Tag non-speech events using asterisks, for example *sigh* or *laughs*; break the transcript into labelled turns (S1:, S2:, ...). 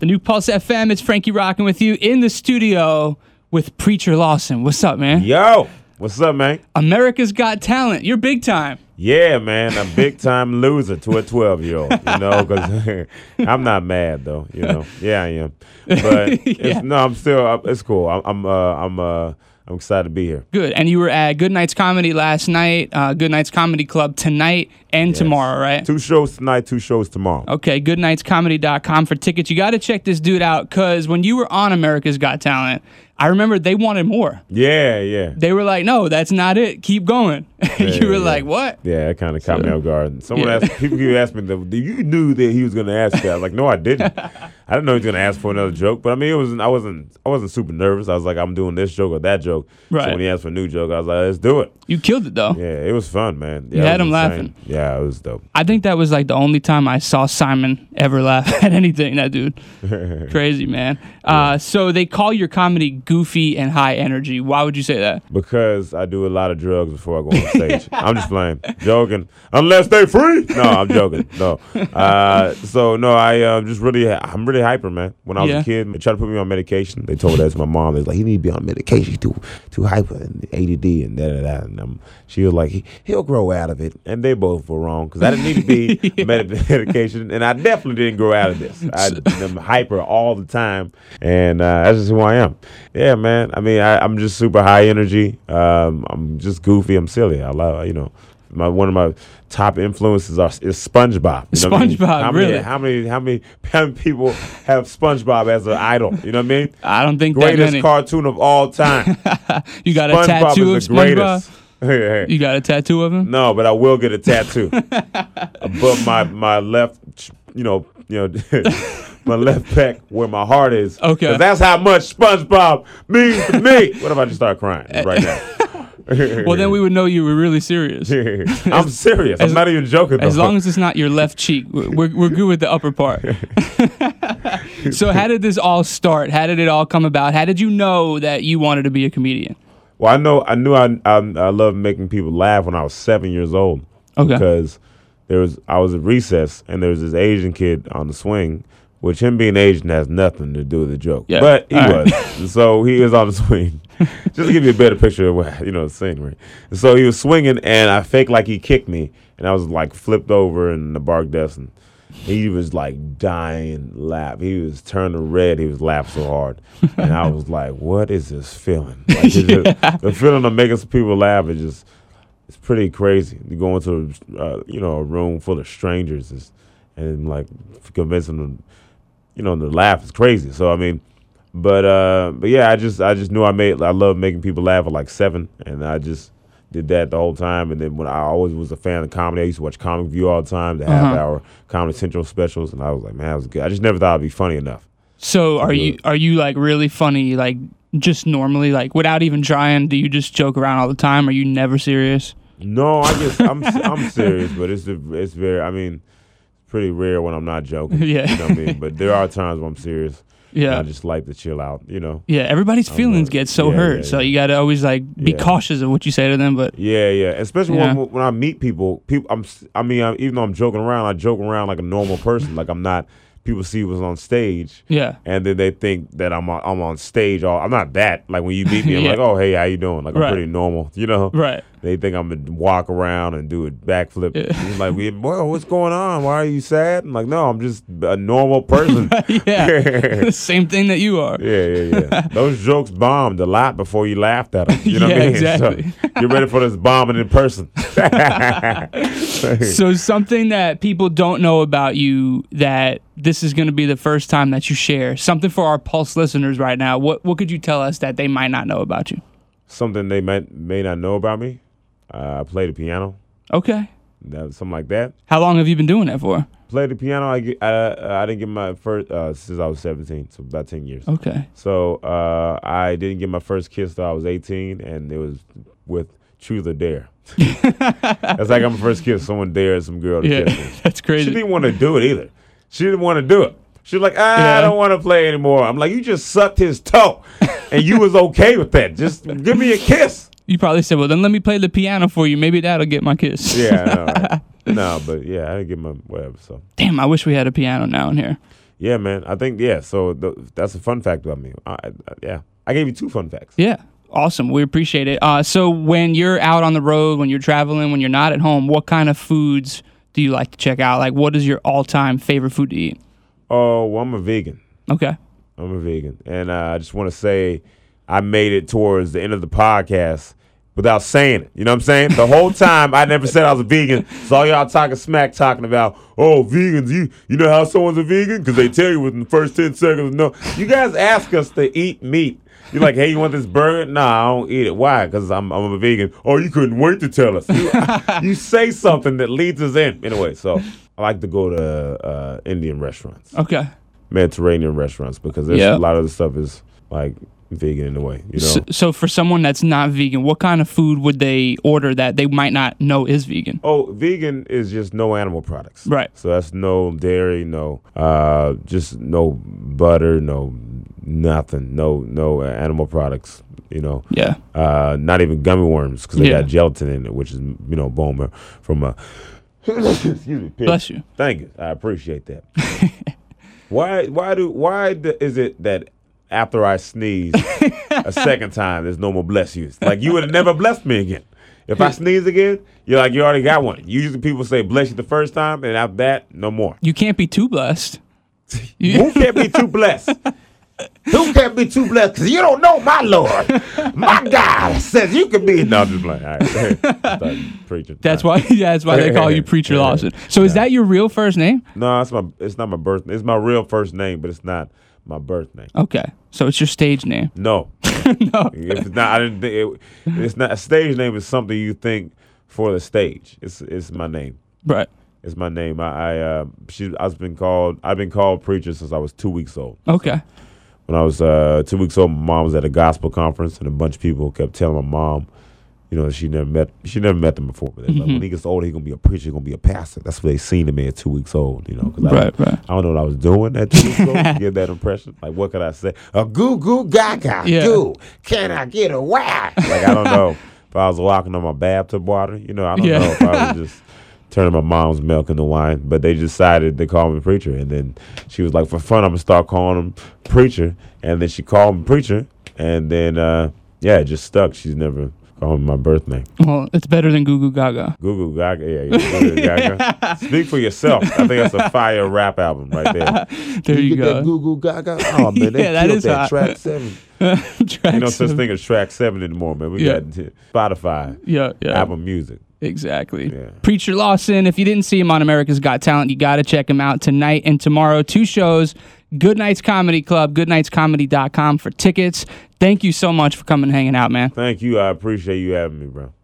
S1: New Pulse FM. It's Frankie rocking with you in the studio with Preacher Lawson. What's up, man?
S2: Yo, what's up, man?
S1: America's Got Talent. You're big time.
S2: Yeah, man, a big time loser to a 12 year old, you know, because *laughs* I'm not mad though, you know. Yeah, I am.
S1: *laughs*
S2: But
S1: Yeah.
S2: it's, no, I'm still, I- it's cool. I'm, I'm, uh, I'm, uh, I'm excited to be here.
S1: Good. And you were at Good Nights Comedy last night, uh, Good Nights Comedy Club tonight and tomorrow, right?
S2: Two shows tonight, two shows tomorrow.
S1: Okay, goodnightscomedy.com for tickets. You got to check this dude out because when you were on America's Got Talent, I remember they wanted more.
S2: Yeah, yeah.
S1: They were like, no, that's not it. Keep going. *laughs* you were
S2: yeah.
S1: like, what?
S2: Yeah, that kind of caught me off guard. Someone
S1: Yeah.
S2: asked, people keep asking me, "Do you knew that he was going to ask that?" I was like, "No, I
S1: *laughs*
S2: didn't. I didn't know he was going to ask for another joke." But I mean, it was I wasn't I wasn't super nervous. I was like, "I'm doing this joke or that joke."
S1: Right.
S2: So when he asked for a new joke, I was like, "Let's do it."
S1: You killed it, though.
S2: Yeah, it was fun, man. Yeah,
S1: You
S2: it
S1: had
S2: was
S1: him laughing.
S2: Yeah, it was dope.
S1: I think that was like the only time I saw Simon ever *laughs* laugh at anything. That
S2: *laughs*
S1: dude, crazy man. Uh, so they call your comedy goofy and high energy. Why would you say that?
S2: Because I do a lot of drugs before I
S1: *laughs*
S2: go on stage. I'm just playing, joking. Unless they free. No, I'm joking.
S1: *laughs*
S2: No. Uh, so no, I uh, just really, I'm really hyper, man. When I was
S1: Yeah.
S2: a kid, they tried to put me on medication. They told that to my mom. They was like, he need to be on medication. He's too, too hyper and ADD and da da da. And um, she was like, he, he'll grow out of it. And they both were wrong because I didn't need to
S1: *laughs*
S2: be on med- medication, and I definitely didn't grow out of this. I, I'm hyper all the time, and uh, that's just who I am. Yeah, man. I mean, I, I'm just super high energy. Um, I'm just goofy. I'm silly. I love, you know. My one of my top influences are is SpongeBob. You know what I mean?
S1: SpongeBob,
S2: how many,
S1: really?
S2: How many how many *laughs* how many people have SpongeBob as an idol? You know what I mean?
S1: I don't think that
S2: greatest
S1: many.
S2: cartoon of all time.
S1: *laughs* you got a
S2: SpongeBob
S1: tattoo of
S2: is the greatest.
S1: SpongeBob.
S2: Hey, hey.
S1: You got a tattoo of him.
S2: *laughs* no, but I will get
S1: *laughs*
S2: a tattoo above my my left, ch- you know, you know, *laughs* my left pec where my heart is.
S1: Okay.
S2: 'Cause that's how much SpongeBob means to me.
S1: *laughs*
S2: What if I just start crying right now?
S1: Well, then we would know you were really serious.
S2: *laughs* I'm serious. I'm not even joking.
S1: As
S2: though.
S1: long as it's not your left cheek, we're, we're we're good with the upper part. *laughs* so, how did this all start? How did it all come about? How did you know that you wanted to be a comedian?
S2: Well, I know I knew I I, I loved making people laugh when I was seven years old.
S1: Okay.
S2: Because there was I was at recess and there was this Asian kid on the swing, which him being Asian has nothing to do with the joke.
S1: Yeah.
S2: But he
S1: All right.
S2: was.
S1: *laughs*
S2: so he was on the swing. Just to give you a better picture of what, you know the scenery. So he was swinging and I faked like he kicked me and I was like flipped over in the bark desk and he was like dying laugh. He was turning red. He was laughing so hard, and I was like, "What is this feeling?" Like,
S1: *laughs*
S2: it's just- the feeling of making some people laugh is just it's pretty crazy. You go into a, uh, you know a room full of strangers is, and like convincing them, you know, to laugh is crazy. So I mean, but uh, but yeah, I just I just knew I made I love making people laugh at like seven, and I just did that the whole time. And then when I always was a fan of comedy, I used to watch Comic View all the time, the half hour Comedy Central specials, and I was like, man, that was good. I just never thought I'd be funny enough.
S1: So are you are you like really funny like just normally like without even trying? Do you just joke around all the time? Are you never serious?
S2: No, I just I'm I'm serious, but it's the it's very I mean, pretty rare when I'm not joking.
S1: Yeah.
S2: you know what I mean. But there are times when I'm serious. and
S1: Yeah.
S2: I just like to chill out. You know.
S1: Yeah, everybody's feelings get so
S2: yeah,
S1: hurt,
S2: yeah,
S1: so
S2: yeah.
S1: you gotta always like be
S2: Yeah.
S1: cautious of what you say to them. But
S2: Yeah, yeah. Especially
S1: Yeah.
S2: when when I meet people, people. I'm. s- I mean, I, even though I'm joking around, I joke around like a normal person. like I'm not. People see what's on stage.
S1: yeah,
S2: and then they think that I'm on, I'm on stage. All I'm not that. Like when you meet me,
S1: *laughs*
S2: I'm
S1: Yeah.
S2: like, oh hey, how you doing? Like
S1: Right.
S2: I'm pretty normal, you know.
S1: Right. *laughs*
S2: They think I'm gonna walk around and do a backflip.
S1: Yeah.
S2: He's like, we- boy, what's going on? Why are you sad? I'm like, no, I'm just a
S1: *laughs*
S2: normal person. *laughs*
S1: yeah, the same thing that you are.
S2: Yeah, yeah, yeah. Those jokes bombed a lot before you laughed at them. You know what
S1: Yeah,
S2: I mean? *laughs*
S1: exactly.
S2: So get ready for this bombing in person.
S1: So something that people don't know about you that this is gonna be the first time that you share something for our Pulse listeners right now. What what could you tell us that they might not know about you?
S2: Something they might may not know about me. Uh, I play the piano,
S1: Okay,
S2: That- something like that.
S1: how long have you been doing that for?
S2: played the piano. I get, I, I didn't get my first uh, since I was 17, so about 10 years.
S1: Okay,
S2: So uh, I didn't get my first kiss till I was 18, and it was with Truth
S1: *laughs*
S2: or Dare. That's like I'm first kiss. Someone dared some girl to
S1: yeah, *laughs*
S2: kiss me.
S1: that's
S2: She
S1: crazy.
S2: didn't want to do it either. She didn't want to do it. She was like, ah,
S1: Yeah.
S2: I don't want to play anymore. I'm like, you just sucked his toe, and you was okay with that. Just give me a kiss.
S1: You probably said, "Well, then let me play the piano for you. Maybe that'll get my kiss." *laughs*
S2: Yeah, I know, right? no, but yeah, I didn't get my whatever. So
S1: Damn, I wish we had a piano now in here.
S2: Yeah, man. I think yeah. So th that's a fun fact about me. I, I, yeah, I gave you two fun facts.
S1: Yeah. Awesome. We appreciate it. Uh, so when you're out on the road, when you're traveling, when you're not at home, what kind of foods do you like to check out? Like, what is your all-time favorite food to eat?
S2: Oh, well, I'm a vegan.
S1: Okay.
S2: I'm a vegan, and uh, I just want to say I made it towards the end of the podcast without saying it. You know what I'm saying? The whole time I never said I was a vegan. So all y'all talking smack, talking about oh vegans. You you know how someone's a vegan because they tell you within the first ten seconds. No, you guys ask us to eat meat. You're like, hey, you want this burger? Nah, I don't eat it. Why? Because I'm, I'm a vegan. Oh, you couldn't wait to tell us. You, you say something that leads us in. Anyway, so I like to go to uh, Indian restaurants.
S1: Okay.
S2: Mediterranean restaurants because there's
S1: Yeah.
S2: a lot of the stuff is like vegan in a way, you know.
S1: So, so for someone that's not vegan, what kind of food would they order that they might not know is vegan?
S2: oh, vegan is just no animal products.
S1: Right.
S2: So that's no dairy, no uh just no butter, no nothing, no no uh, animal products, you know.
S1: Yeah.
S2: Uh not even gummy worms cuz they
S1: Yeah.
S2: got gelatin in it, which is you know bone mar- from a *coughs* Excuse me. pig.
S1: Bless you.
S2: Thank you. I appreciate that. why? Why do? Why d is it that after I sneeze a second time, there's no more bless yous? Like you would have never blessed me again. If I sneeze again, you're like you already got one. Usually people say bless you the first time, and after that, no more.
S1: You can't be too blessed. You-
S2: Who can't be too blessed? Who can't be too blessed? Cause you don't know my Lord, my God says you can be. No, I'm just playing. All right. *laughs* Start preaching.
S1: That's why. *laughs* Yeah, that's why they call
S2: *laughs*
S1: you Preacher
S2: Yeah.
S1: Lawson. So is that your real first name?
S2: No, it's my. It's not my birth. It's my real first name, but it's not my birth name.
S1: Okay. So it's your stage name.
S2: No,
S1: *laughs*
S2: no. If it's not, I didn't think it, it's not a stage name. Is something you think for the stage. It's it's my name.
S1: Right.
S2: It's my name. I, I uh, she. I've been called. I've been called preacher since I was two weeks old.
S1: Okay.
S2: When I was uh, two weeks old, my mom was at a gospel conference, and a bunch of people kept telling my mom, you know, she never met. She never met them before. But they
S1: Mm-hmm.
S2: like, when he gets older, he gonna be a preacher. He gonna be a pastor. That's what they seen to me at two weeks old. You know, 'cause I-
S1: Right. Right.
S2: I don't know what I was doing at two weeks ago to get that impression. Like, what could I say? A goo goo gaga
S1: *laughs* Yeah.
S2: goo. Can I get a whack? Like, I don't know if I was walking on my bathtub water. You know, I don't
S1: Yeah.
S2: know if I was just turning my mom's milk into wine. But they decided to call me preacher, and then she was like, for fun, I'm gonna start calling him preacher. And then she called him preacher, and then uh, yeah, it just stuck. She's never called me my birth name.
S1: Well, it's better than Goo Goo Gaga.
S2: Google Gaga. Yeah,
S1: *laughs*
S2: yeah. Goo Goo Gaga. Speak for yourself. I think that's a fire rap album right there.
S1: There you,
S2: get that
S1: go.
S2: Goo Goo Gaga.
S1: *laughs*
S2: Oh man, they
S1: Yeah, that
S2: killed
S1: is
S2: that
S1: hot.
S2: track seven.
S1: *laughs* Track
S2: You know, such
S1: seven.
S2: thing as track seven anymore, man. We
S1: Yeah.
S2: got t- Spotify,
S1: Yeah. Yeah.
S2: Apple Music.
S1: Exactly.
S2: Yeah.
S1: Preacher Lawson, if you didn't see him on America's Got Talent, you got to check him out tonight and tomorrow. Two shows, Good Nights Comedy Club, goodnightscomedy.com for tickets. Thank you so much for coming and hanging out, man.
S2: Thank you. I appreciate you having me, bro.